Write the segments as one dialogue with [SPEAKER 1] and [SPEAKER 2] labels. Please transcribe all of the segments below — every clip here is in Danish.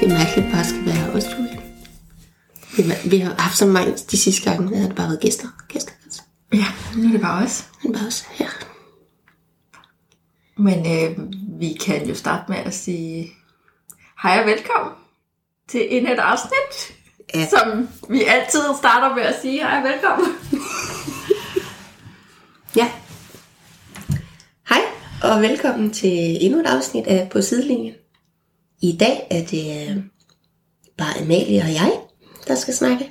[SPEAKER 1] Det er mærkeligt bare at skal være her også, Julie. Vi har, vi har haft så mange de sidste gange, at det bare været gæster. Gæster, gæster.
[SPEAKER 2] Ja, nu er det bare os.
[SPEAKER 1] Men bare også her.
[SPEAKER 2] Men øh, vi kan jo starte med at sige hej og velkommen til endnu et afsnit,
[SPEAKER 1] Ja.
[SPEAKER 2] ja. som vi altid starter med at sige hej og velkommen.
[SPEAKER 1] Ja. Hej, og velkommen til endnu et afsnit af På Sidelinjen. I dag er det øh, bare Amalie og jeg, der skal snakke.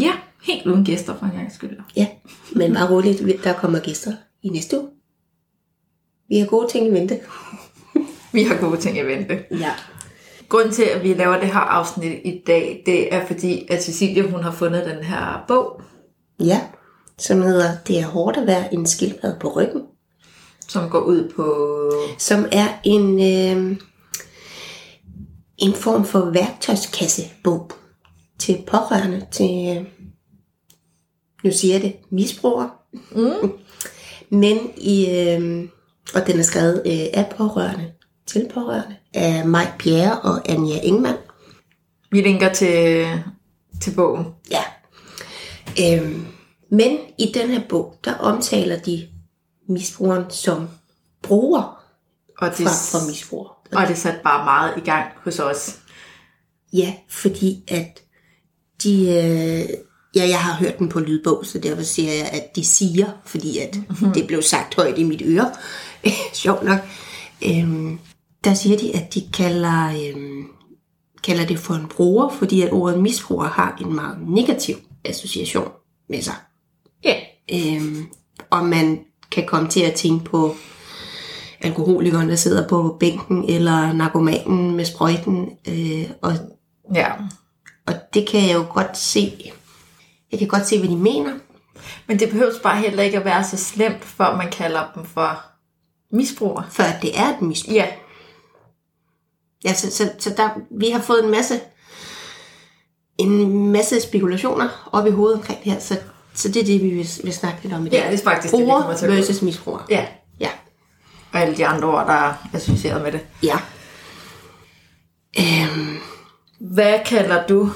[SPEAKER 2] Ja, helt uden gæster for en gang skyld.
[SPEAKER 1] Ja, men bare roligt, vi- der kommer gæster i næste uge. Vi har gode ting i vente.
[SPEAKER 2] Vi har gode ting at vente.
[SPEAKER 1] Ja.
[SPEAKER 2] Grunden til, at vi laver det her afsnit i dag, det er fordi, at Cecilia hun har fundet den her bog,
[SPEAKER 1] Ja, som hedder Det er hårdt at være en skildpadde på ryggen.
[SPEAKER 2] som går ud på...
[SPEAKER 1] som er en, øh, en form for værktøjskassebog til pårørende, til, øh, nu siger jeg det, misbrugere.
[SPEAKER 2] Mm.
[SPEAKER 1] Men i, øh, og den er skrevet øh, af pårørende, til pårørende, af Maj Bjerre og Anja Engman.
[SPEAKER 2] Vi linker til, til bogen.
[SPEAKER 1] Ja. Øhm, men i den her bog, der omtaler de misbrugeren som bruger
[SPEAKER 2] Og det,
[SPEAKER 1] fra, fra misbruger.
[SPEAKER 2] og det satte bare meget i gang hos os.
[SPEAKER 1] Ja, fordi at de... Øh, ja, jeg har hørt den på lydbog, så derfor siger jeg, at de siger, fordi at det blev sagt højt i mit øre. Sjovt nok. Øhm, der siger de, at de kalder, øhm, kalder det for en bruger, fordi at ordet misbruger har en meget negativ association med sig.
[SPEAKER 2] Ja.
[SPEAKER 1] Øhm, og man kan komme til at tænke på alkoholikeren, der sidder på bænken, eller narkomanen med sprøjten, øh, og
[SPEAKER 2] Ja.
[SPEAKER 1] og det kan jeg jo godt se. Jeg kan godt se, hvad de mener.
[SPEAKER 2] Men det behøves bare heller ikke at være så slemt, for man kalder dem for misbrugere.
[SPEAKER 1] Før det er et misbrug.
[SPEAKER 2] Ja.
[SPEAKER 1] Ja, så, så, så der, vi har fået en masse, en masse spekulationer op i hovedet omkring det her. Så, så det er det, vi vil, vil snakke lidt om i dag.
[SPEAKER 2] Ja, det er faktisk det, vi kommer til
[SPEAKER 1] Bruger
[SPEAKER 2] at gå.
[SPEAKER 1] versus misbruger.
[SPEAKER 2] Ja.
[SPEAKER 1] Ja.
[SPEAKER 2] Og alle de andre ord, der er associeret med det.
[SPEAKER 1] ja. Øhm,
[SPEAKER 2] Hvad kalder du?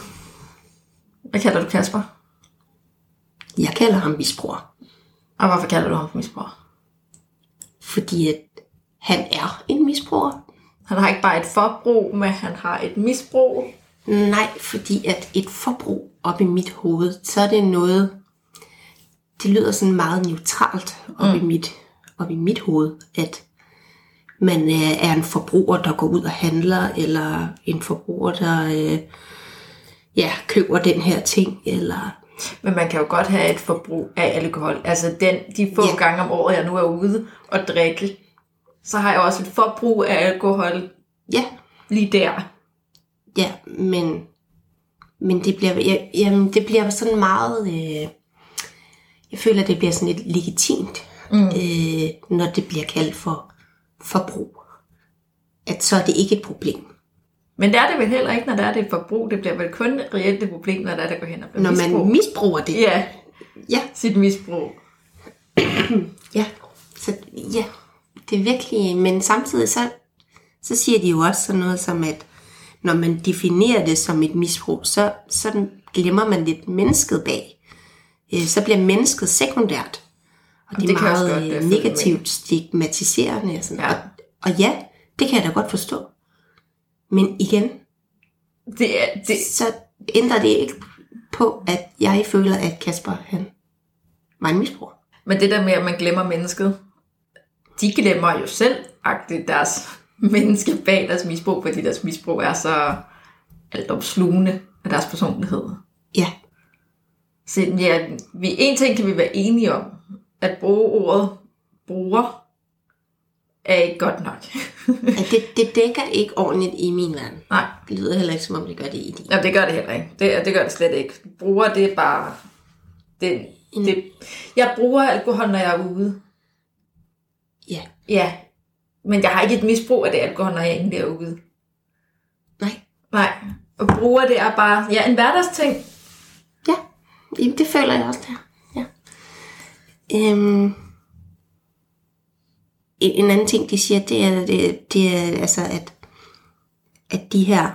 [SPEAKER 2] Hvad kalder du Kasper?
[SPEAKER 1] jeg kalder ham misbruger,
[SPEAKER 2] Og hvorfor kalder du ham for misbruger?
[SPEAKER 1] fordi at han er en misbruger.
[SPEAKER 2] Han har ikke bare et forbrug, men han har et misbrug.
[SPEAKER 1] Nej, fordi at et forbrug op i mit hoved, så er det noget, det lyder sådan meget neutralt op, mm. i, mit, op i mit hoved, at man øh, er en forbruger, der går ud og handler, eller en forbruger, der øh, ja, køber den her ting, eller
[SPEAKER 2] Men man kan jo godt have et forbrug af alkohol. Altså den, de få
[SPEAKER 1] Ja.
[SPEAKER 2] ja. gange om året, jeg nu er ude og drikke, så har jeg også et forbrug af alkohol
[SPEAKER 1] ja,
[SPEAKER 2] lige der.
[SPEAKER 1] ja, men, men det, bliver, ja, jamen, det bliver sådan meget, øh, jeg føler, det bliver sådan lidt legitimt.
[SPEAKER 2] Mm.
[SPEAKER 1] øh, når det bliver kaldt for forbrug. At så er det ikke et problem,
[SPEAKER 2] Men det er det vel heller ikke, når der er det et forbrug. Det bliver vel kun reelt et problem, når der er det går hen og bliver
[SPEAKER 1] når
[SPEAKER 2] misbrug.
[SPEAKER 1] man misbruger det.
[SPEAKER 2] Ja,
[SPEAKER 1] Ja,
[SPEAKER 2] sit misbrug.
[SPEAKER 1] ja. Så ja, det er virkelig, men samtidig så, så siger de jo også sådan noget som, at når man definerer det som et misbrug, så, så glemmer man lidt mennesket bag. Øh, Så bliver mennesket sekundært. Og det,
[SPEAKER 2] det
[SPEAKER 1] er
[SPEAKER 2] kan jeg også
[SPEAKER 1] meget
[SPEAKER 2] godt, øh,
[SPEAKER 1] øh,
[SPEAKER 2] følge med
[SPEAKER 1] negativt stigmatiserende. og Sådan.
[SPEAKER 2] Ja.
[SPEAKER 1] Og, og ja, det kan jeg da godt forstå. Men igen,
[SPEAKER 2] Det er, det,
[SPEAKER 1] så ændrer det ikke på, at jeg føler, at Kasper han var en misbruger.
[SPEAKER 2] men det der med, at man glemmer mennesket, de glemmer jo selv agtigt deres menneske bag deres misbrug, fordi deres misbrug er så alt opslugende af deres personlighed.
[SPEAKER 1] Ja,
[SPEAKER 2] Så ja, vi, en ting kan vi være enige om. At bruge ordet bruger er ikke godt nok.
[SPEAKER 1] at det, det dækker ikke ordentligt i min verden.
[SPEAKER 2] Nej,
[SPEAKER 1] Det lyder heller ikke, som om det gør det i din.
[SPEAKER 2] Jamen, det gør det heller ikke. Det, det gør det slet ikke. Bruger, det er bare... Det,
[SPEAKER 1] En-
[SPEAKER 2] det, jeg bruger alkohol, når jeg er ude.
[SPEAKER 1] Ja,
[SPEAKER 2] Ja. Men jeg har ikke et misbrug af det alkohol, når jeg egentlig er ude.
[SPEAKER 1] nej.
[SPEAKER 2] Nej. Og bruger, det er bare... Ja, en hverdagsting.
[SPEAKER 1] Ja, Jamen, det føler jeg også der. Ja. Øhm, en en anden ting, de siger, det er, det, det er altså, at, at de her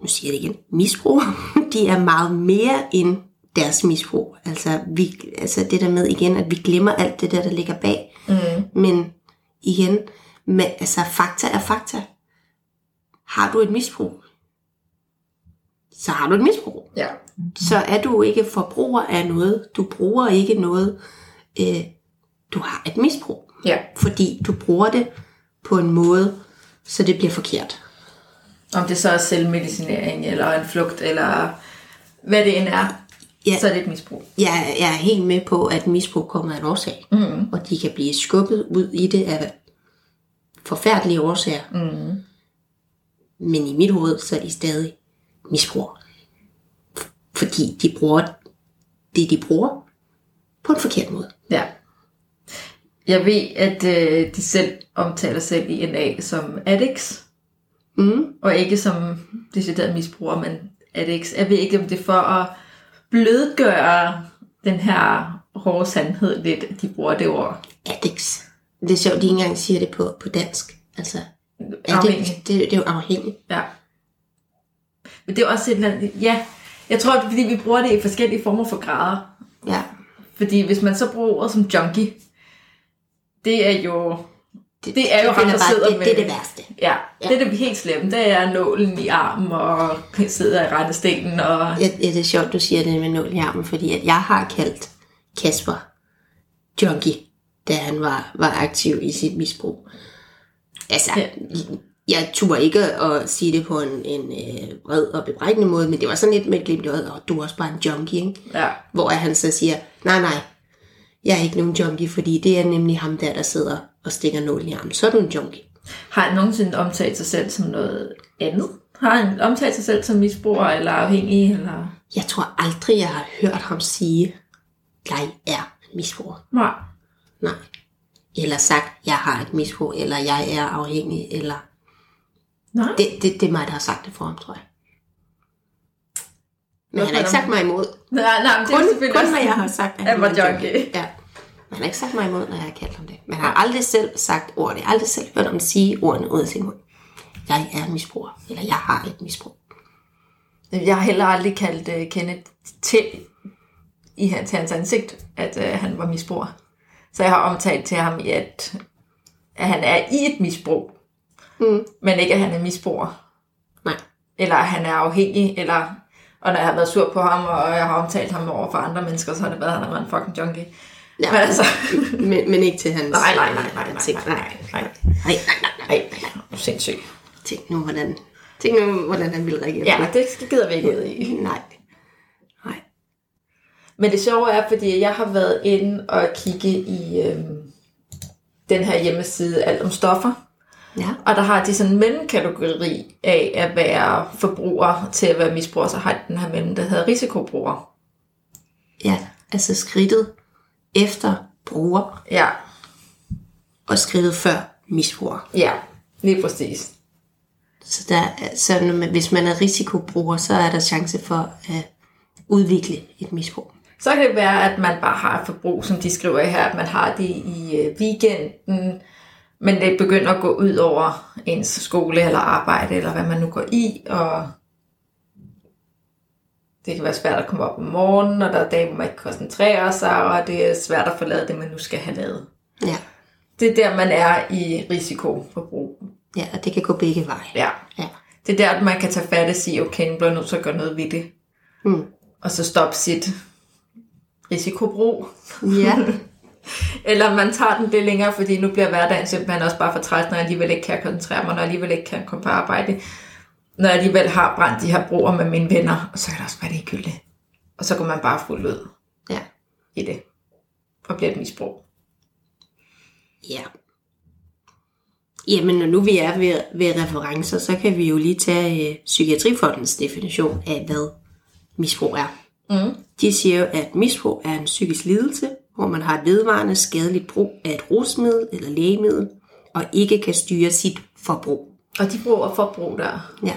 [SPEAKER 1] nu siger jeg det igen, misbrug, de er meget mere end deres misbrug. Altså, vi, altså det der med igen, at vi glemmer alt det der, der ligger bag. Mm. Men igen, med, altså fakta er fakta. Har du et misbrug, så har du et misbrug.
[SPEAKER 2] Ja.
[SPEAKER 1] Så er du ikke forbruger af noget, du bruger ikke noget, øh, du har et misbrug.
[SPEAKER 2] Ja.
[SPEAKER 1] Fordi du bruger det på en måde, så det bliver forkert.
[SPEAKER 2] Om det så er selvmedicinering, eller en flugt, eller hvad det end er,
[SPEAKER 1] Ja.
[SPEAKER 2] så er det et misbrug.
[SPEAKER 1] Jeg, jeg er helt med på, at misbrug kommer af en årsag. Mm. Og de kan blive skubbet ud i det af forfærdelige årsager. Mm. Men i mit hoved, så er de stadig misbrug. F- Fordi de bruger det, de bruger, på en forkert måde.
[SPEAKER 2] Ja. Jeg ved, at øh, de selv omtaler selv i NA som addicts,
[SPEAKER 1] Mm.
[SPEAKER 2] og ikke som decideret misbrugere, men addicts. Jeg ved ikke, om det er for at blødgøre den her hårde sandhed lidt, at de bruger det ord.
[SPEAKER 1] Addicts. Det er sjovt, de ikke engang siger det på, på dansk. Altså,
[SPEAKER 2] Afhængig.
[SPEAKER 1] addict, det, det er jo afhængigt.
[SPEAKER 2] Ja. Men det er også et eller andet... Ja, jeg tror, det er, fordi vi bruger det i forskellige former for grader.
[SPEAKER 1] Ja.
[SPEAKER 2] Fordi hvis man så bruger ordet som junkie, det er jo... Det er jo ham,
[SPEAKER 1] finder
[SPEAKER 2] der
[SPEAKER 1] bare-
[SPEAKER 2] sidder
[SPEAKER 1] det,
[SPEAKER 2] med-
[SPEAKER 1] det er det værste.
[SPEAKER 2] Ja,
[SPEAKER 1] Ja.
[SPEAKER 2] ja. det er det helt slemme. Det er nålen i armen og sidder i rettestenen og...
[SPEAKER 1] Ja, ja, det er sjovt, du siger det med nål i armen, fordi at jeg har kaldt Kasper junkie, da han var, var aktiv i sit misbrug. Altså, ja.
[SPEAKER 2] Ja.
[SPEAKER 1] jeg turde ikke at sige det på en, en øh, vred og bebrejdende måde, men det var sådan lidt med et glimt i øjet, og du er også bare en junkie, ikke?
[SPEAKER 2] Ja.
[SPEAKER 1] Hvor han så siger, nej, nej, jeg er ikke nogen junkie, fordi det er nemlig ham der, der sidder og stikker nålen i armen. Så er du en junkie.
[SPEAKER 2] Har han nogensinde omtalt sig selv som noget andet? Har han omtalt sig selv som misbruger eller afhængig? Eller...
[SPEAKER 1] Jeg tror aldrig, jeg har hørt ham sige, jeg er misbruger.
[SPEAKER 2] Nej.
[SPEAKER 1] Nej. Eller sagt, jeg har et misbrug, eller jeg er afhængig, eller...
[SPEAKER 2] Nej.
[SPEAKER 1] Det, det, det er mig, der har sagt det for ham, tror jeg. Men han har ikke sagt mig imod.
[SPEAKER 2] Nej, nej, men det er
[SPEAKER 1] Kun,
[SPEAKER 2] jo selvfølgelig
[SPEAKER 1] kun
[SPEAKER 2] også-
[SPEAKER 1] når jeg har sagt, at
[SPEAKER 2] Han var
[SPEAKER 1] en
[SPEAKER 2] junkie.
[SPEAKER 1] Ja. Man har ikke sagt mig imod, når jeg har kaldt ham det. Man har aldrig selv sagt ordet. Jeg har aldrig selv hørt ham sige ordene ud af sin mund. Jeg er en misbruger, eller jeg har et misbrug.
[SPEAKER 2] Jeg har heller aldrig kaldt uh, Kenneth til i hans, til hans ansigt, at uh, han var misbruger. Så jeg har omtalt til ham, i, at, at han er i et misbrug,
[SPEAKER 1] Mm.
[SPEAKER 2] men ikke at han er misbruger,
[SPEAKER 1] Nej.
[SPEAKER 2] eller at han er afhængig, eller og når jeg har været sur på ham, og jeg har omtalt ham over for andre mennesker, så har det været, at han var en fucking junkie.
[SPEAKER 1] Ja.
[SPEAKER 2] Men altså...
[SPEAKER 1] Men, men ikke til hans...
[SPEAKER 2] Nej, nej, nej, nej, nej,
[SPEAKER 1] ansigt.
[SPEAKER 2] nej, nej,
[SPEAKER 1] nej,
[SPEAKER 2] nej,
[SPEAKER 1] nej, nej.
[SPEAKER 2] nej, nej, sindssygt.
[SPEAKER 1] Tænk nu, hvordan, tænk nu, hvordan han ville reagere
[SPEAKER 2] Ja,
[SPEAKER 1] på det.
[SPEAKER 2] det gider vi ikke ud i.
[SPEAKER 1] Nej. Nej.
[SPEAKER 2] Men det sjove er, fordi jeg har været inde og kigge i øhm, den her hjemmeside Alt om Stoffer,
[SPEAKER 1] Ja.
[SPEAKER 2] og der har de sådan en mellemkategori af at være forbruger til at være misbruger, så har de den her mellem, der hedder risikobruger.
[SPEAKER 1] Ja, altså skridtet efter bruger
[SPEAKER 2] Ja,
[SPEAKER 1] og skridtet før misbruger.
[SPEAKER 2] ja, lige præcis.
[SPEAKER 1] Så, der, er- så når man- hvis man er risikobruger, så er der chance for at udvikle et misbrug.
[SPEAKER 2] Så kan det være, at man bare har et forbrug, som de skriver her, at man har det i øh, weekenden, men det begynder at gå ud over ens skole eller arbejde, eller hvad man nu går i, og det kan være svært at komme op om morgenen, og der er dage, hvor man ikke koncentrerer sig, og det er svært at forlade det, man nu skal have lavet.
[SPEAKER 1] Ja,
[SPEAKER 2] Det er der, man er i risikoforbrug.
[SPEAKER 1] ja og det kan gå begge veje.
[SPEAKER 2] Ja.
[SPEAKER 1] Ja.
[SPEAKER 2] Det er der, at man kan tage fat og sige, okay, nu bliver jeg nødt til at gøre noget ved det,
[SPEAKER 1] Mm.
[SPEAKER 2] og så stoppe sit risikobrug.
[SPEAKER 1] Ja,
[SPEAKER 2] Eller man tager den lidt længere, fordi nu bliver hverdagen simpelthen også bare for træt, når jeg alligevel ikke kan koncentrere mig, når jeg alligevel ikke kan komme på arbejde. Når jeg alligevel har brændt de her broer med mine venner, og så kan det også være ligegyldigt. Og så går man bare fuldt ud
[SPEAKER 1] ja,
[SPEAKER 2] i det, og bliver et misbrug.
[SPEAKER 1] ja. Jamen, når nu vi er ved, ved referencer, så kan vi jo lige tage øh, Psykiatrifondens definition af, hvad misbrug er.
[SPEAKER 2] Mm.
[SPEAKER 1] De siger jo, at misbrug er en psykisk lidelse, hvor man har et vedvarende skadeligt brug af et rusmiddel eller lægemiddel, og ikke kan styre sit forbrug.
[SPEAKER 2] Og de bruger og forbrug der.
[SPEAKER 1] Ja.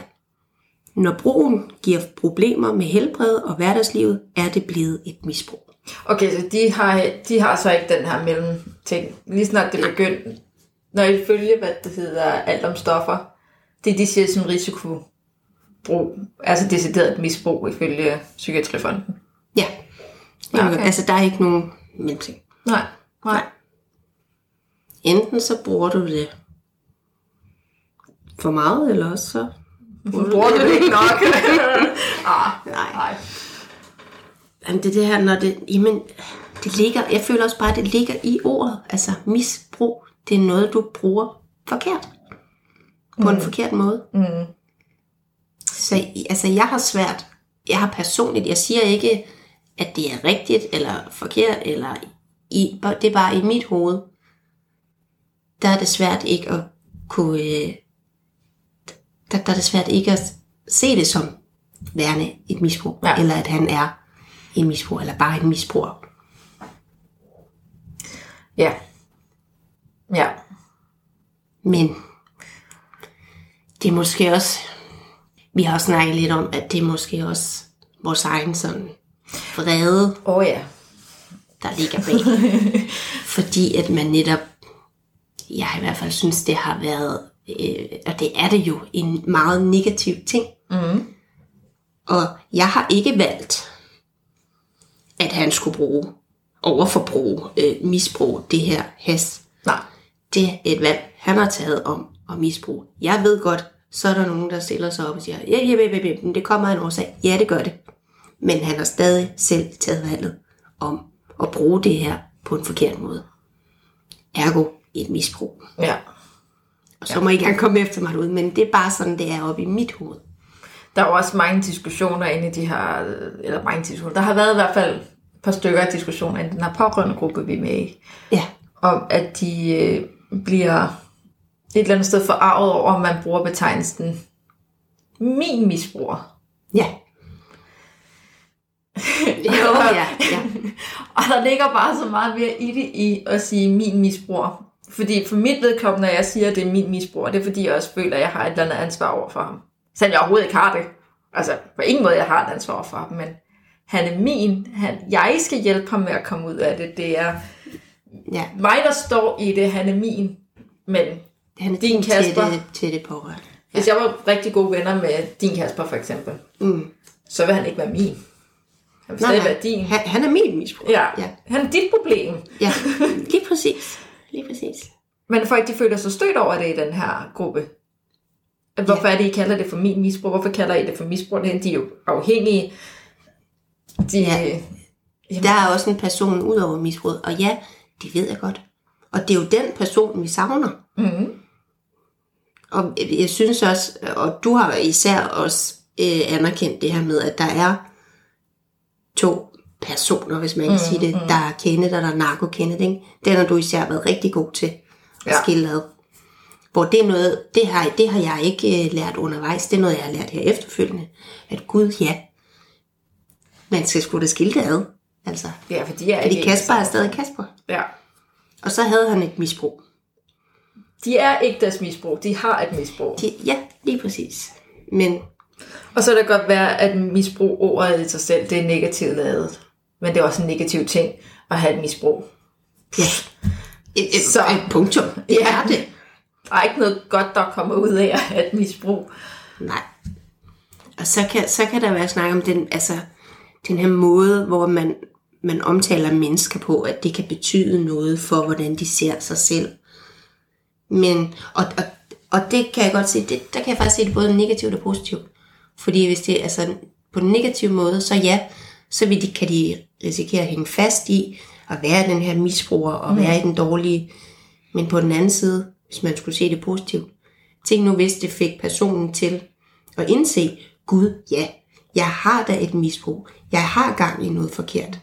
[SPEAKER 1] Når brugen giver problemer med helbredet og hverdagslivet, er det blevet et misbrug.
[SPEAKER 2] Okay, så de har, de har så ikke den her mellemting. Lige snart det begynder, når I følger, hvad det hedder, alt om stoffer, det de siger som risiko brug, altså decideret misbrug ifølge Psykiatrifonden.
[SPEAKER 1] Ja. ja okay.
[SPEAKER 2] Okay.
[SPEAKER 1] Altså, der er ikke nogen mellemting.
[SPEAKER 2] Nej, nej.
[SPEAKER 1] Enten så bruger du det for meget, eller også så...
[SPEAKER 2] Bruger du det ikke nok? ah,
[SPEAKER 1] Nej.
[SPEAKER 2] nej.
[SPEAKER 1] Jamen, det er det her, når det... Jamen, det ligger... Jeg føler også bare, at det ligger i ordet. Altså, misbrug, det er noget, du bruger forkert. På mm. en forkert måde.
[SPEAKER 2] Mm.
[SPEAKER 1] Så altså, jeg har svært. Jeg har personligt... Jeg siger ikke, at det er rigtigt eller forkert, eller... I, det er bare i mit hoved. Der er det svært ikke at kunne... Øh, der, der er det svært ikke at se det som værende et misbrug.
[SPEAKER 2] Ja.
[SPEAKER 1] Ja. Eller at han er en misbruger, eller bare en misbruger.
[SPEAKER 2] Ja. Ja.
[SPEAKER 1] Men det er måske også, vi har også snakket lidt om, at det er måske også vores egen sådan vrede,
[SPEAKER 2] Åh oh, ja.
[SPEAKER 1] der ligger bag. Fordi at man netop, jeg i hvert fald synes, det har været, øh, og det er det jo, en meget negativ ting.
[SPEAKER 2] Mm.
[SPEAKER 1] Og jeg har ikke valgt, at han skulle bruge, overforbruge, øh, misbruge det her has.
[SPEAKER 2] Nej.
[SPEAKER 1] Det er et valg, han har taget om at misbruge. Jeg ved godt, så er der nogen, der stiller sig op og siger, ja, ja, ja, ja, men det kommer af en årsag. Ja, det gør det. Men han har stadig selv taget valget om at bruge det her på en forkert måde. Ergo et misbrug.
[SPEAKER 2] Ja.
[SPEAKER 1] Og så må I gerne komme efter mig ud, men det er bare sådan, det er oppe i mit hoved.
[SPEAKER 2] Der er jo også mange diskussioner inde i de her, eller mange diskussioner, der har været i hvert fald et par stykker af diskussioner i den her pårørende gruppe, vi er med i,
[SPEAKER 1] Ja,
[SPEAKER 2] om at de øh, bliver et eller andet sted forarvet over, om man bruger betegnelsen min misbruger.
[SPEAKER 1] ja. Jo, ja, ja.
[SPEAKER 2] Og der ligger bare så meget mere i det i at sige min misbruger. Fordi for mit vedkommende, når jeg siger, at det er min misbruger, det er fordi, jeg også føler, at jeg har et eller andet ansvar over for ham. Selvom jeg overhovedet ikke har det. Altså, på ingen måde, jeg har et ansvar over for ham, men han er min. Han, jeg skal hjælpe ham med at komme ud af det. Det er
[SPEAKER 1] ja.
[SPEAKER 2] mig, der står i det. Han er min. Men
[SPEAKER 1] Han er
[SPEAKER 2] Din
[SPEAKER 1] din
[SPEAKER 2] Kasper.
[SPEAKER 1] Tætte, tætte pårørende.
[SPEAKER 2] hvis jeg var rigtig gode venner med din Kasper, for eksempel,
[SPEAKER 1] Mm.
[SPEAKER 2] så vil han ikke være min. Han vil
[SPEAKER 1] Nå,
[SPEAKER 2] stadig
[SPEAKER 1] nej.
[SPEAKER 2] være din.
[SPEAKER 1] Han, han er min misbruger.
[SPEAKER 2] Ja.
[SPEAKER 1] ja.
[SPEAKER 2] Han er dit problem.
[SPEAKER 1] Ja, lige præcis. Lige præcis.
[SPEAKER 2] Men folk de føler sig stødt over det i den her gruppe. At Hvorfor er det, I kalder det for min misbrug? Hvorfor kalder I det for misbrug? Det er- De er jo afhængige. De, ja.
[SPEAKER 1] Ja. Der er også en person ud over misbruget, og ja, det ved jeg godt. Og det er jo den person, vi savner.
[SPEAKER 2] mm,
[SPEAKER 1] Og jeg synes også, og du har især også øh, anerkendt det her med, at der er to personer, hvis man kan mm, sige det,
[SPEAKER 2] Mm-hmm.
[SPEAKER 1] der er Kenneth og der er narko Kenneth, ikke? Den har du især været rigtig god til at
[SPEAKER 2] Ja.
[SPEAKER 1] ja. skille ad. Hvor det er noget, det har, det har jeg ikke øh, lært undervejs, det er noget, jeg har lært her efterfølgende, at gud ja, man skal sgu da skille det ad. Altså,
[SPEAKER 2] ja, for de er
[SPEAKER 1] fordi
[SPEAKER 2] ikke
[SPEAKER 1] Kasper er stadig Kasper.
[SPEAKER 2] Ja.
[SPEAKER 1] Og så havde han et misbrug.
[SPEAKER 2] De er ikke deres misbrug. De har et misbrug.
[SPEAKER 1] De, ja, lige præcis. Men
[SPEAKER 2] Og så kan det godt være, at misbrug ordet i sig selv, det er negativt lavet. Men det er også en negativ ting at have et misbrug.
[SPEAKER 1] Ja. Et, et,
[SPEAKER 2] Så-
[SPEAKER 1] så. Et punktum. Det
[SPEAKER 2] Ja.
[SPEAKER 1] ja. er det.
[SPEAKER 2] Der er ikke noget godt, der kommer ud af at have et misbrug.
[SPEAKER 1] Nej. Og så kan, så kan der være snak om den, altså, den her måde, hvor man, man omtaler mennesker på, at det kan betyde noget for, hvordan de ser sig selv. Men, og, og, og det kan jeg godt se, det, der kan jeg faktisk se det både negativt og positivt. Fordi hvis det altså på den negative måde, så ja, så vil de, kan de risikere at hænge fast i at være den her misbruger og være i den dårlige. Men på den anden side, hvis man skulle se det positivt, tænk nu hvis det fik personen til at indse, Gud, ja, jeg har da et misbrug. Jeg har gang i noget forkert.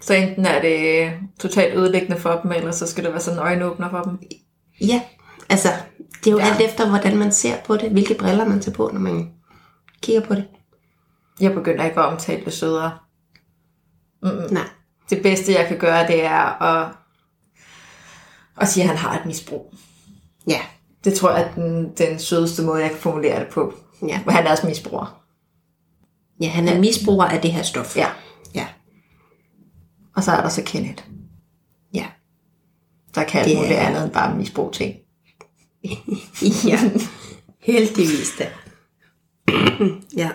[SPEAKER 2] Så enten er det totalt ødelæggende for dem, eller så skal det være sådan en øjenåbner for dem.
[SPEAKER 1] Ja, altså, det er jo
[SPEAKER 2] Ja.
[SPEAKER 1] ja. alt efter, hvordan man ser på det, hvilke briller man tager på, når man kigger på det.
[SPEAKER 2] Jeg begynder ikke at omtale det sødere.
[SPEAKER 1] Mm. Nej,
[SPEAKER 2] Det bedste, jeg kan gøre, det er at, at sige, at han har et misbrug.
[SPEAKER 1] ja,
[SPEAKER 2] Det tror jeg er den, den sødeste måde, jeg kan formulere det på.
[SPEAKER 1] ja.
[SPEAKER 2] Men han er også misbruger.
[SPEAKER 1] Ja, han er misbruger af det her stof.
[SPEAKER 2] Ja.
[SPEAKER 1] Ja,
[SPEAKER 2] Og så er der så Kenneth,
[SPEAKER 1] ja.
[SPEAKER 2] der kan alt
[SPEAKER 1] Det
[SPEAKER 2] muligt
[SPEAKER 1] er-
[SPEAKER 2] andet end bare misbrug ting.
[SPEAKER 1] ja. Heldigvis da. ja.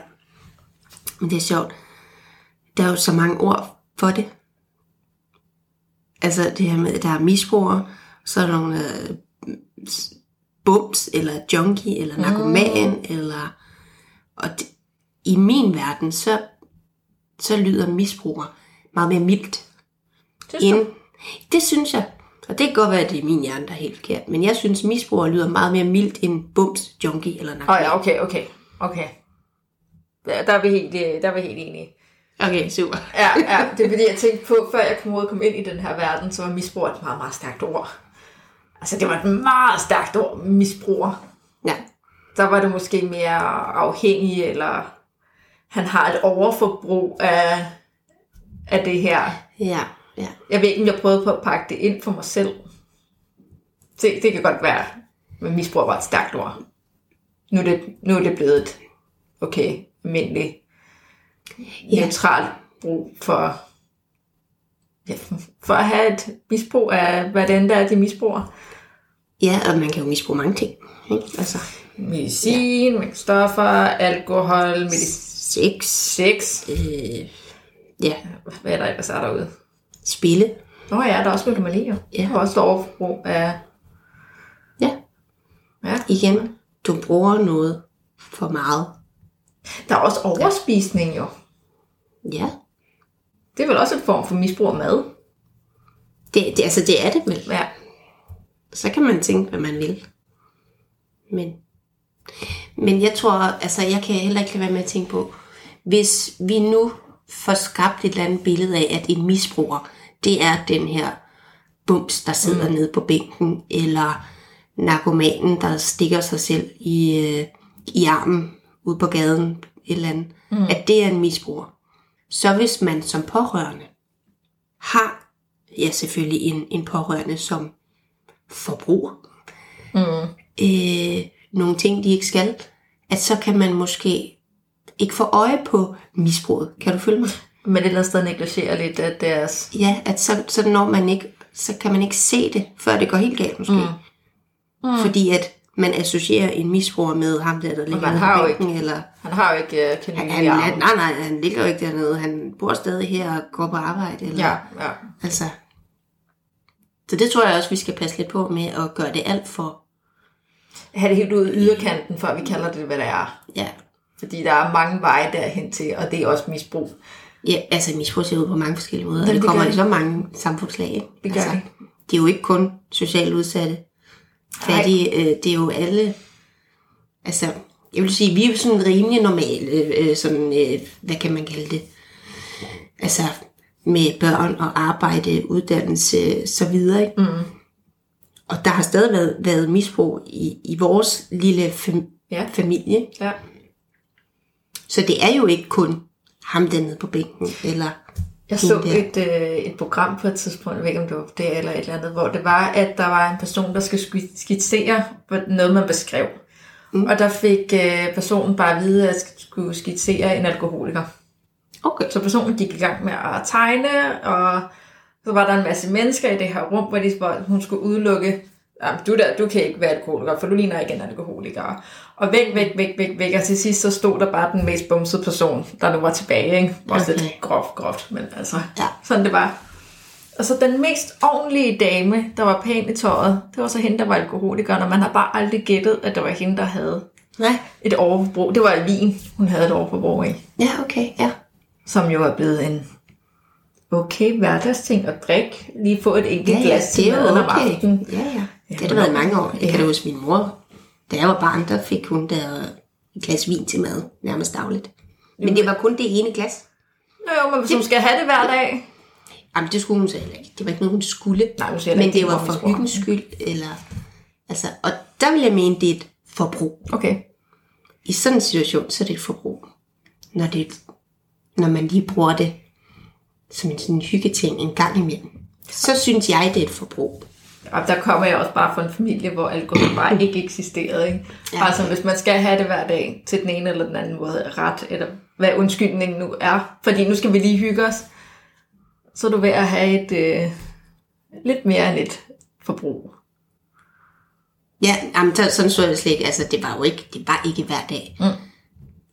[SPEAKER 1] Men det er sjovt. Der er jo så mange ord for det. Altså det her med, at der er misbrugere, så er der nogle øh, s- bums, eller junkie, eller narkoman, mm. eller... Og det, i min verden, så, så lyder misbruger meget mere mildt.
[SPEAKER 2] Synes
[SPEAKER 1] End, det synes jeg. Og det kan godt være, at det er min hjerne, der er helt forkert. Men jeg synes, misbruger lyder meget mere mildt end bums, junkie eller
[SPEAKER 2] Åh
[SPEAKER 1] narkoman.
[SPEAKER 2] oh, ja, okay, okay, okay. Der, der, er vi helt, øh, der er vi helt enige.
[SPEAKER 1] Okay, super.
[SPEAKER 2] Ja, ja, det er fordi, jeg tænkte på, før jeg kom ud og kom ind i den her verden, så var misbrug et meget, meget stærkt ord. Altså, det var et meget stærkt ord, misbruger.
[SPEAKER 1] Ja,
[SPEAKER 2] Der var det måske mere afhængig, eller han har et overforbrug af, af det her.
[SPEAKER 1] ja, ja.
[SPEAKER 2] Jeg ved ikke, om jeg prøvede på at pakke det ind for mig selv. Det, det kan godt være, men misbrug var et stærkt ord. Nu er det, nu er det blevet et okay, almindeligt,
[SPEAKER 1] Ja.
[SPEAKER 2] neutralt brug for, ja, for at have et misbrug af, hvad det end er, de misbruger.
[SPEAKER 1] Ja, og man kan jo misbruge mange ting. Ikke? Altså,
[SPEAKER 2] Medicin, ja. stoffer, alkohol, medicin,
[SPEAKER 1] sex,
[SPEAKER 2] sex,
[SPEAKER 1] øh, ja,
[SPEAKER 2] hvad der ellers er derude.
[SPEAKER 1] spille.
[SPEAKER 2] Nå ja, der er også ludomani jo.
[SPEAKER 1] Ja.
[SPEAKER 2] Der er også et overforbrug af,
[SPEAKER 1] Ja,
[SPEAKER 2] ja.
[SPEAKER 1] igen, du bruger noget for meget.
[SPEAKER 2] Der er også overspisning jo.
[SPEAKER 1] Ja,
[SPEAKER 2] Det er vel også en form for misbrug af mad.
[SPEAKER 1] det, det, altså det er det vel.
[SPEAKER 2] Ja.
[SPEAKER 1] Så kan man tænke, hvad man vil. Men, men jeg tror, altså jeg kan heller ikke lade være med at tænke på, hvis vi nu får skabt et eller andet billede af, at en misbruger, det er den her bums, der sidder mm. nede på bænken, eller narkomanen, der stikker sig selv i, øh, i armen ude på gaden, et eller andet, mm. at det er en misbruger. Så hvis man som pårørende har, ja selvfølgelig en, en pårørende som forbruger,
[SPEAKER 2] Mm.
[SPEAKER 1] øh, nogle ting, de ikke skal, at så kan man måske ikke få øje på misbruget. Kan du følge mig?
[SPEAKER 2] Men et eller andet sted negligerer lidt at deres...
[SPEAKER 1] Ja, at så, så når man ikke, så kan man ikke se det, før det går helt galt måske. Mm. Mm. Fordi at man associerer en misbruger med ham der, der ligger
[SPEAKER 2] man
[SPEAKER 1] nede
[SPEAKER 2] har
[SPEAKER 1] på
[SPEAKER 2] jo
[SPEAKER 1] bænken, eller...
[SPEAKER 2] Han har jo ikke uh,
[SPEAKER 1] Han,
[SPEAKER 2] kanyle
[SPEAKER 1] han,
[SPEAKER 2] i
[SPEAKER 1] nej,
[SPEAKER 2] armen.
[SPEAKER 1] nej, han ligger jo ikke dernede. Han bor stadig her og går på arbejde. Eller,
[SPEAKER 2] Ja, ja.
[SPEAKER 1] Altså. Så det tror jeg også, vi skal passe lidt på med at gøre det alt for...
[SPEAKER 2] Have det helt ud i yderkanten, før vi kalder det, hvad det er.
[SPEAKER 1] Ja,
[SPEAKER 2] Fordi der er mange veje derhen til, og det er også misbrug.
[SPEAKER 1] Ja, altså misbrug ser ud på mange forskellige måder,
[SPEAKER 2] det
[SPEAKER 1] og det
[SPEAKER 2] gør
[SPEAKER 1] kommer i
[SPEAKER 2] det.
[SPEAKER 1] så mange samfundslag. Ikke?
[SPEAKER 2] Det gør
[SPEAKER 1] altså,
[SPEAKER 2] det.
[SPEAKER 1] det er jo ikke kun socialt udsatte, fattige, øh, det er jo alle, altså, jeg vil sige, vi er jo sådan rimelig normale, øh, sådan, øh, hvad kan man kalde det, altså, med børn og arbejde, uddannelse, så videre, ikke? Mm. Og der har stadig været, været misbrug i, i vores lille fam-
[SPEAKER 2] Ja.
[SPEAKER 1] familie,
[SPEAKER 2] Ja.
[SPEAKER 1] så det er jo ikke kun ham dernede på bænken, eller
[SPEAKER 2] Jeg så
[SPEAKER 1] Hende der.
[SPEAKER 2] et, øh, et program på et tidspunkt, jeg ved ikke om det var det eller et eller andet, hvor det var, at der var en person, der skulle ski- skitsere hvor- noget, man beskrev. Mm. Og der fik øh, personen bare at vide, at jeg skulle skitsere en alkoholiker.
[SPEAKER 1] Okay.
[SPEAKER 2] Så personen gik i gang med at tegne, og så var der en masse mennesker i det her rum, hvor, de, hvor hun skulle udelukke, "Jamen, du, der, du kan ikke være alkoholiker, for du ligner ikke en alkoholiker. Og væk, væk, væk, væk, væk. Og til sidst så stod der bare den mest bumsede person, der nu var tilbage. Ikke? Også okay.
[SPEAKER 1] Okay.
[SPEAKER 2] lidt groft, groft, men altså,
[SPEAKER 1] Ja.
[SPEAKER 2] sådan det var. Og så den mest ordentlige dame, der var pæn i tøjet, det var så hende, der var alkoholikeren, og man har bare aldrig gættet, at det var hende, der havde
[SPEAKER 1] Nej.
[SPEAKER 2] et overforbrug. Det var vin, hun havde et overforbrug af
[SPEAKER 1] Ja, okay, ja.
[SPEAKER 2] som jo er blevet en okay hverdagsting at drikke. Lige få et enkelt
[SPEAKER 1] ja, ja
[SPEAKER 2] glas
[SPEAKER 1] det er
[SPEAKER 2] maden
[SPEAKER 1] jo
[SPEAKER 2] om
[SPEAKER 1] okay.
[SPEAKER 2] aftenen.
[SPEAKER 1] Ja, ja. Det har
[SPEAKER 2] men-
[SPEAKER 1] det været i mange år. Jeg
[SPEAKER 2] Ja.
[SPEAKER 1] kan da huske min mor. Da jeg var barn, der fik hun der et glas vin til mad, nærmest dagligt. Men det var kun det ene glas.
[SPEAKER 2] Nå jo, men hvis hun skal have det hver dag.
[SPEAKER 1] Jamen, det skulle hun så heller ikke. Det var ikke noget, hun skulle.
[SPEAKER 2] Nej, hun siger heller
[SPEAKER 1] Men
[SPEAKER 2] ikke,
[SPEAKER 1] det
[SPEAKER 2] det
[SPEAKER 1] var
[SPEAKER 2] var hendes
[SPEAKER 1] for
[SPEAKER 2] mor.
[SPEAKER 1] hyggens skyld, eller... Altså, og der vil jeg mene, det er et forbrug.
[SPEAKER 2] Okay.
[SPEAKER 1] I sådan en situation, så er det et forbrug. Når, det er et, når man lige bruger det som en sådan hyggeting en gang imellem. Så synes jeg, det er et forbrug.
[SPEAKER 2] Og der kommer jeg også bare fra en familie, hvor alkohol bare ikke eksisterede. Ikke? Ja. Altså, hvis man skal have det hver dag til den ene eller den anden måde, er ret, eller hvad undskyldningen nu er. Fordi nu skal vi lige hygge os. Så er du ved at have et øh, lidt mere end et forbrug.
[SPEAKER 1] Ja, jamen, så, sådan så jeg det slet ikke. Altså, det var jo ikke, det var ikke hver dag. Mm.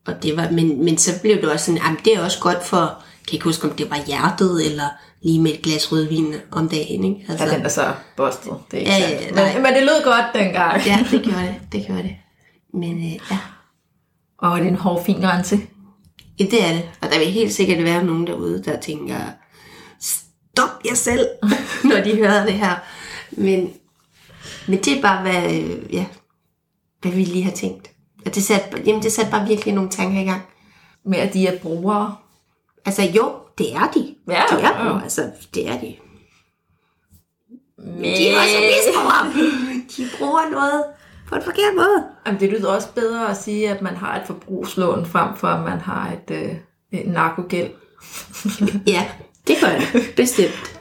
[SPEAKER 1] Og det var, men, men så blev det også sådan, jamen det er også godt for, jeg kan ikke huske, om det var hjertet, eller lige med et glas rødvin om dagen, ikke? Altså,
[SPEAKER 2] Ja, den er så bustet. Det er ikke
[SPEAKER 1] Ja,
[SPEAKER 2] ja,
[SPEAKER 1] ja,
[SPEAKER 2] sandt.
[SPEAKER 1] nej.
[SPEAKER 2] Men, men det lød godt dengang. Ja.
[SPEAKER 1] ja, det gjorde det, det gjorde det. Men øh, ja,
[SPEAKER 2] Og det er en hård fin grænse.
[SPEAKER 1] Ja, det er det. Og der vil helt sikkert være nogen derude, der tænker, stop jer selv, når de hører det her. Men, men det er bare, hvad, øh, ja, hvad vi lige har tænkt. Og det satte, jamen, det satte bare virkelig nogle tanker i gang.
[SPEAKER 2] Med at de er brugere.
[SPEAKER 1] Altså jo, det er de.
[SPEAKER 2] Ja,
[SPEAKER 1] de er
[SPEAKER 2] ja.
[SPEAKER 1] jo, altså det er de. Men de er
[SPEAKER 2] Øh,
[SPEAKER 1] også misbrugere. De bruger noget på en forkert måde.
[SPEAKER 2] Jamen, det lyder også bedre at sige, at man har et forbrugslån, frem for at man har et, øh, et narkogæld.
[SPEAKER 1] Ja, det gør jeg. Bestemt.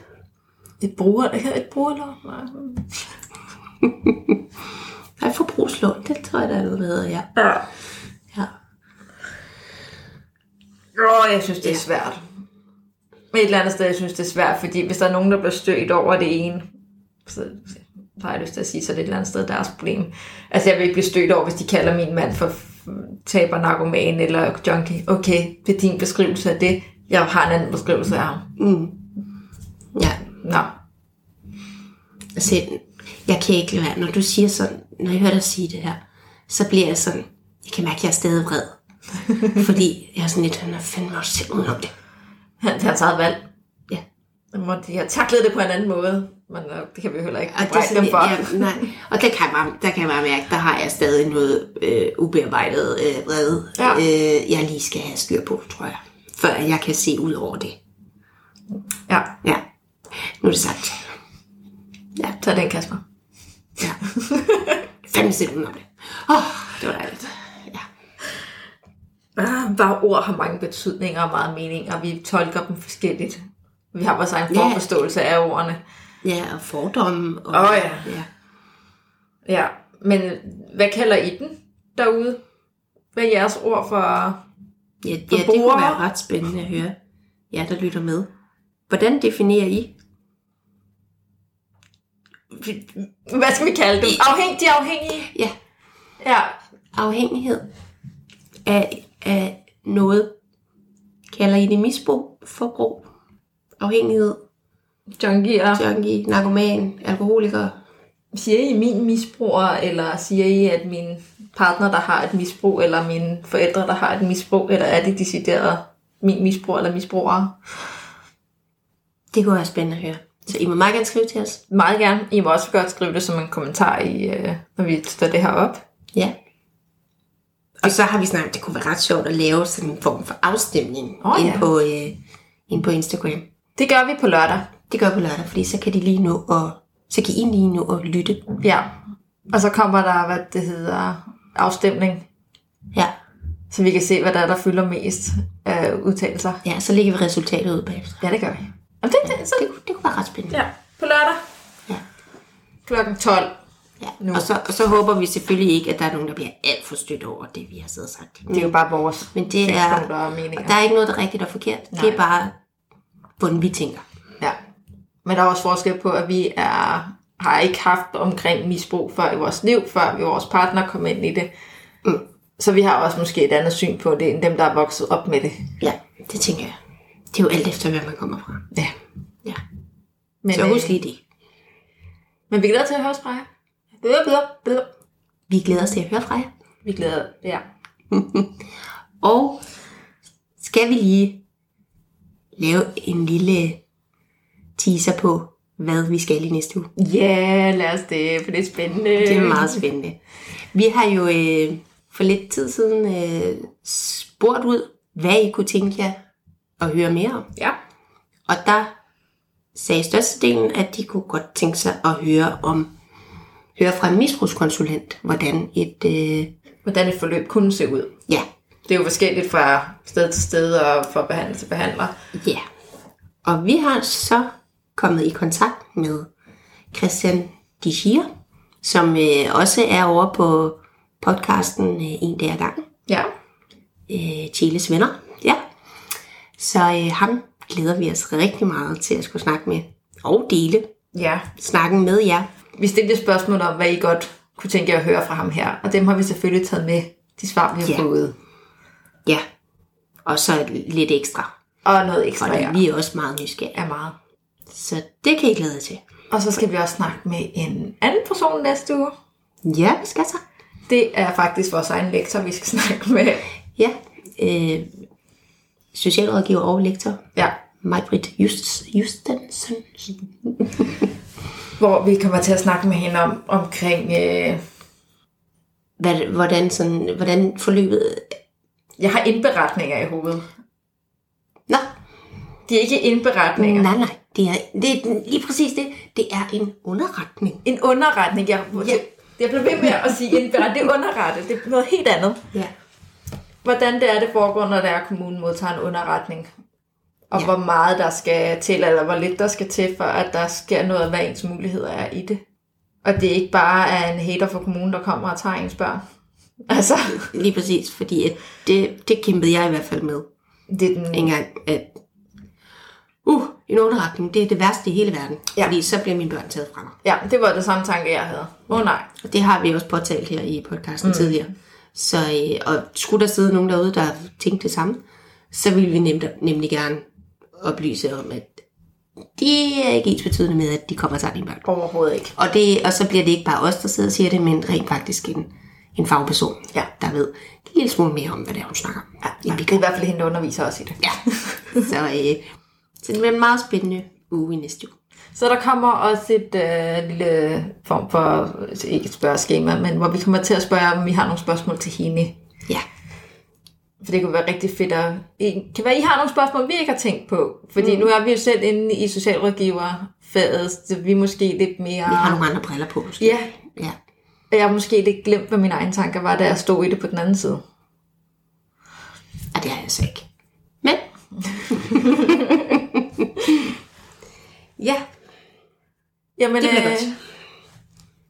[SPEAKER 2] Et bruger, det hedder et brugerlån. nej.
[SPEAKER 1] Nej, forbrugslån, det tror jeg, der er noget, der hedder, ja.
[SPEAKER 2] Ja.
[SPEAKER 1] ja.
[SPEAKER 2] Åh, jeg synes, det er svært. Men et eller andet sted, jeg synes, det er svært, fordi hvis der er nogen, der bliver stødt over det ene, så har jeg lyst til at sige, så er det et eller andet sted deres problem. Altså, jeg vil ikke blive stødt over, hvis de kalder min mand for f- taber narkoman eller junkie. Okay, det er din beskrivelse af det. Jeg har en anden beskrivelse af ham.
[SPEAKER 1] Mm. Ja,
[SPEAKER 2] Nå,
[SPEAKER 1] altså, jeg kan ikke lade være, når du siger sådan, når jeg hører dig sige det her, så bliver jeg sådan, jeg kan mærke, at jeg er stadig vred. Fordi jeg er sådan lidt, han har fandme også selv udenom det.
[SPEAKER 2] han tager altså eget valg.
[SPEAKER 1] Ja.
[SPEAKER 2] Så må de have taklet det på en anden måde, men øh, det kan vi jo heller ikke
[SPEAKER 1] Og, det er sådan,
[SPEAKER 2] bebrejde dem for.
[SPEAKER 1] ja, nej. og der, kan jeg bare, der kan jeg bare mærke, der har jeg stadig noget øh, ubearbejdet øh, vrede,
[SPEAKER 2] Ja.
[SPEAKER 1] øh, jeg lige skal have styr på, tror jeg. Før jeg kan se ud over det.
[SPEAKER 2] ja,
[SPEAKER 1] Ja, nu er det sagt. Ja,
[SPEAKER 2] tag den, Kasper.
[SPEAKER 1] ja. Fandme selv udenom det. Åh, oh, det var dejligt. Ja.
[SPEAKER 2] Ah, Bare ord har mange betydninger og meget mening, og vi tolker dem forskelligt. Vi har vores egen
[SPEAKER 1] Ja.
[SPEAKER 2] forforståelse af ordene.
[SPEAKER 1] Ja, og fordomme. Og,
[SPEAKER 2] Åh, ja.
[SPEAKER 1] ja.
[SPEAKER 2] Ja, men øh, hvad kalder I den derude? Hvad er jeres ord for...
[SPEAKER 1] Ja, ja
[SPEAKER 2] For
[SPEAKER 1] det kunne
[SPEAKER 2] brugere.
[SPEAKER 1] være ret spændende at høre jer, der lytter med. Hvordan definerer I?
[SPEAKER 2] Hvad skal vi kalde dem? Afhæng, de er afhængige?
[SPEAKER 1] Ja,
[SPEAKER 2] Ja,
[SPEAKER 1] afhængighed af, af noget. Kalder I det misbrug, forbrug, afhængighed,
[SPEAKER 2] junkier.
[SPEAKER 1] junkie, narkoman, alkoholiker?
[SPEAKER 2] Siger I min misbruger, eller siger I, at min partner, der har et misbrug, eller mine forældre, der har et misbrug, eller er det decideret min misbrug eller misbrugere?
[SPEAKER 1] Det kunne være spændende at høre. Så I må meget gerne skrive til os.
[SPEAKER 2] Meget gerne. I må også godt skrive det som en kommentar, i, øh, når vi står det her op.
[SPEAKER 1] Ja. Og så har vi snakket, det kunne være ret sjovt at lave sådan en form for afstemning
[SPEAKER 2] Åh,
[SPEAKER 1] oh, ind,
[SPEAKER 2] ja.
[SPEAKER 1] på, øh, ind på Instagram.
[SPEAKER 2] Det gør vi på lørdag.
[SPEAKER 1] Det gør på lørdag, fordi så kan de lige nå og så kan I lige nå at lytte.
[SPEAKER 2] Ja. Og så kommer der, hvad det hedder, afstemning,
[SPEAKER 1] Ja,
[SPEAKER 2] så vi kan se, hvad der er, der fylder mest af udtalelser.
[SPEAKER 1] ja så lægger vi resultatet ud bagefter.
[SPEAKER 2] Ja, det gør vi. Jamen, det, det, så...
[SPEAKER 1] Det, kunne- det kunne være ret spændende.
[SPEAKER 2] Ja, på lørdag.
[SPEAKER 1] Ja.
[SPEAKER 2] Klokken 12.
[SPEAKER 1] Ja.
[SPEAKER 2] Nu.
[SPEAKER 1] Og, så, og så håber vi selvfølgelig ikke, at der er nogen, der bliver alt for stødt over det, vi har siddet og sagt.
[SPEAKER 2] Det er jo bare vores
[SPEAKER 1] Men det er,
[SPEAKER 2] synspunkter og meninger.
[SPEAKER 1] og der er ikke noget, der er rigtigt og forkert. Nej. Det
[SPEAKER 2] Nej.
[SPEAKER 1] er bare, hvordan vi tænker.
[SPEAKER 2] Ja. Men der er også forskel på, at vi er, har ikke haft omkring misbrug før i vores liv, før vi vores partner kom ind i det.
[SPEAKER 1] Mm.
[SPEAKER 2] Så vi har også måske et andet syn på det, end dem, der er vokset op med det.
[SPEAKER 1] Ja, det tænker jeg. Det er jo alt efter, hvad man kommer fra.
[SPEAKER 2] Ja.
[SPEAKER 1] Ja.
[SPEAKER 2] Men,
[SPEAKER 1] Så husk
[SPEAKER 2] øh,
[SPEAKER 1] lige det.
[SPEAKER 2] men vi glæder til at høre os fra jer. Blub, blub, blub.
[SPEAKER 1] Vi glæder os til at høre fra jer.
[SPEAKER 2] Vi glæder, ja.
[SPEAKER 1] Og skal vi lige lave en lille teaser på, hvad vi skal i næste uge?
[SPEAKER 2] Ja, lad os det, for det er spændende.
[SPEAKER 1] Det er meget spændende. Vi har jo øh, for lidt tid siden øh, spurgt ud, hvad I kunne tænke jer at høre mere om.
[SPEAKER 2] Ja.
[SPEAKER 1] Og der sagde størstedelen, at de kunne godt tænke sig at høre om høre fra en misbrugskonsulent, hvordan et... Øh,
[SPEAKER 2] Hvordan et forløb kunne se ud.
[SPEAKER 1] ja,
[SPEAKER 2] Det er jo forskelligt fra sted til sted og fra behandler til behandler.
[SPEAKER 1] ja. Og vi har så kommet i kontakt med Christian Dichier, som øh, også er over på podcasten øh, En dag ad gangen.
[SPEAKER 2] Ja.
[SPEAKER 1] øh, Chiles venner. Ja. Så øh, ham glæder vi os rigtig meget til at skulle snakke med og dele
[SPEAKER 2] Ja,
[SPEAKER 1] snakken med jer.
[SPEAKER 2] Vi stillede et spørgsmål om, hvad I godt kunne tænke jer at høre fra ham her, og dem har vi selvfølgelig taget med, de svar, vi har
[SPEAKER 1] Ja.
[SPEAKER 2] fået.
[SPEAKER 1] Ja. Og så lidt ekstra.
[SPEAKER 2] Og noget ekstra
[SPEAKER 1] Og
[SPEAKER 2] der.
[SPEAKER 1] der, vi er også meget nysgerrige.
[SPEAKER 2] er meget.
[SPEAKER 1] Så det kan I glæde jer til.
[SPEAKER 2] Og så skal vi også snakke med en anden person næste uge.
[SPEAKER 1] Ja, vi skal så.
[SPEAKER 2] Det er faktisk vores egen lektor, vi skal snakke med.
[SPEAKER 1] Ja. Øh, socialrådgiver og lektor.
[SPEAKER 2] Ja,
[SPEAKER 1] Majbrit Just, Justensen.
[SPEAKER 2] hvor vi kommer til at snakke med hende om, omkring... Øh,
[SPEAKER 1] Hvad, hvordan, sådan, hvordan forløbet...
[SPEAKER 2] jeg har indberetninger i hovedet.
[SPEAKER 1] Nå,
[SPEAKER 2] De er ikke indberetninger.
[SPEAKER 1] nej, nej. Det er, det er lige præcis det. Det er en underretning.
[SPEAKER 2] En underretning. Jeg,
[SPEAKER 1] Mm. Ja.
[SPEAKER 2] jeg, jeg blev ved med at sige indberetning. Det er underrettet. Det er noget helt andet.
[SPEAKER 1] Ja.
[SPEAKER 2] Hvordan det er, det foregår, når der er, kommunen modtager en underretning.
[SPEAKER 1] Ja.
[SPEAKER 2] Og ja. hvor meget der skal til, eller hvor lidt der skal til, for at der sker noget af, hvad ens muligheder er i det. Og det er ikke bare er en hater fra kommunen, der kommer og tager ens børn. Altså,
[SPEAKER 1] Lige præcis, fordi at det, det kæmpede jeg i hvert fald med
[SPEAKER 2] det er den...
[SPEAKER 1] en gang, at uh, en underretning, det er det værste i hele verden, ja.
[SPEAKER 2] Ja.
[SPEAKER 1] fordi så bliver mine børn taget fra mig.
[SPEAKER 2] Ja, det var det samme tanke, jeg havde. Åh oh, nej.
[SPEAKER 1] Og det har vi også påtalt her i podcasten mm. tidligere. Så, øh, og skulle der sidde nogen derude, der tænkte det samme, så ville vi nemlig, nemlig gerne oplyse om, at det er ikke ens betydende med, at de kommer og tager dine børn.
[SPEAKER 2] Overhovedet ikke.
[SPEAKER 1] Og, det, og så bliver det ikke bare os, der sidder og siger det, men rent faktisk en, en fagperson,
[SPEAKER 2] Ja.
[SPEAKER 1] der ved en lille smule mere om, hvad det er, hun snakker om.
[SPEAKER 2] Ja, det er i hvert fald hende, der underviser os i det.
[SPEAKER 1] Ja. så, øh, så det bliver en meget spændende uge i næste uge.
[SPEAKER 2] Så der kommer også et øh, lille form for, ikke et spørgeskema, men hvor vi kommer til at spørge, om vi har nogle spørgsmål til hende.
[SPEAKER 1] Ja.
[SPEAKER 2] For det kunne være rigtig fedt at... I, kan være, I har nogle spørgsmål, vi ikke har tænkt på. Fordi mm. nu er vi jo selv inde i socialrådgiverfaget, så vi er måske lidt mere...
[SPEAKER 1] Jeg har nogle andre briller på, måske.
[SPEAKER 2] Ja,
[SPEAKER 1] ja.
[SPEAKER 2] og jeg har måske lidt glemt, hvad mine egne tanker var, da jeg stod i det på den anden side.
[SPEAKER 1] Og det har jeg så ikke. Men. ja,
[SPEAKER 2] Jamen,
[SPEAKER 1] Det bliver
[SPEAKER 2] øh,
[SPEAKER 1] godt.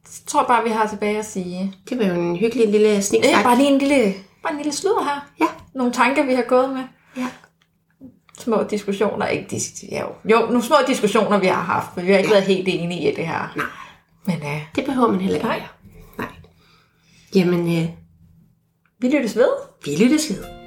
[SPEAKER 2] så tror jeg bare, vi har tilbage at sige.
[SPEAKER 1] det var jo en hyggelig lille
[SPEAKER 2] Ja,
[SPEAKER 1] sniksnak.
[SPEAKER 2] bare lige en lille, bare en lille sludder her.
[SPEAKER 1] Ja,
[SPEAKER 2] Nogle tanker, vi har gået med.
[SPEAKER 1] ja.
[SPEAKER 2] Små diskussioner, ikke dis- ja, jo. jo, nogle små diskussioner, vi har haft, men vi har ikke ja. været helt enige i det her.
[SPEAKER 1] Nej.
[SPEAKER 2] Men øh,
[SPEAKER 1] Det behøver man heller ikke.
[SPEAKER 2] Nej.
[SPEAKER 1] Nej. Jamen, øh,
[SPEAKER 2] vi lyttes ved.
[SPEAKER 1] vi lyttes ved.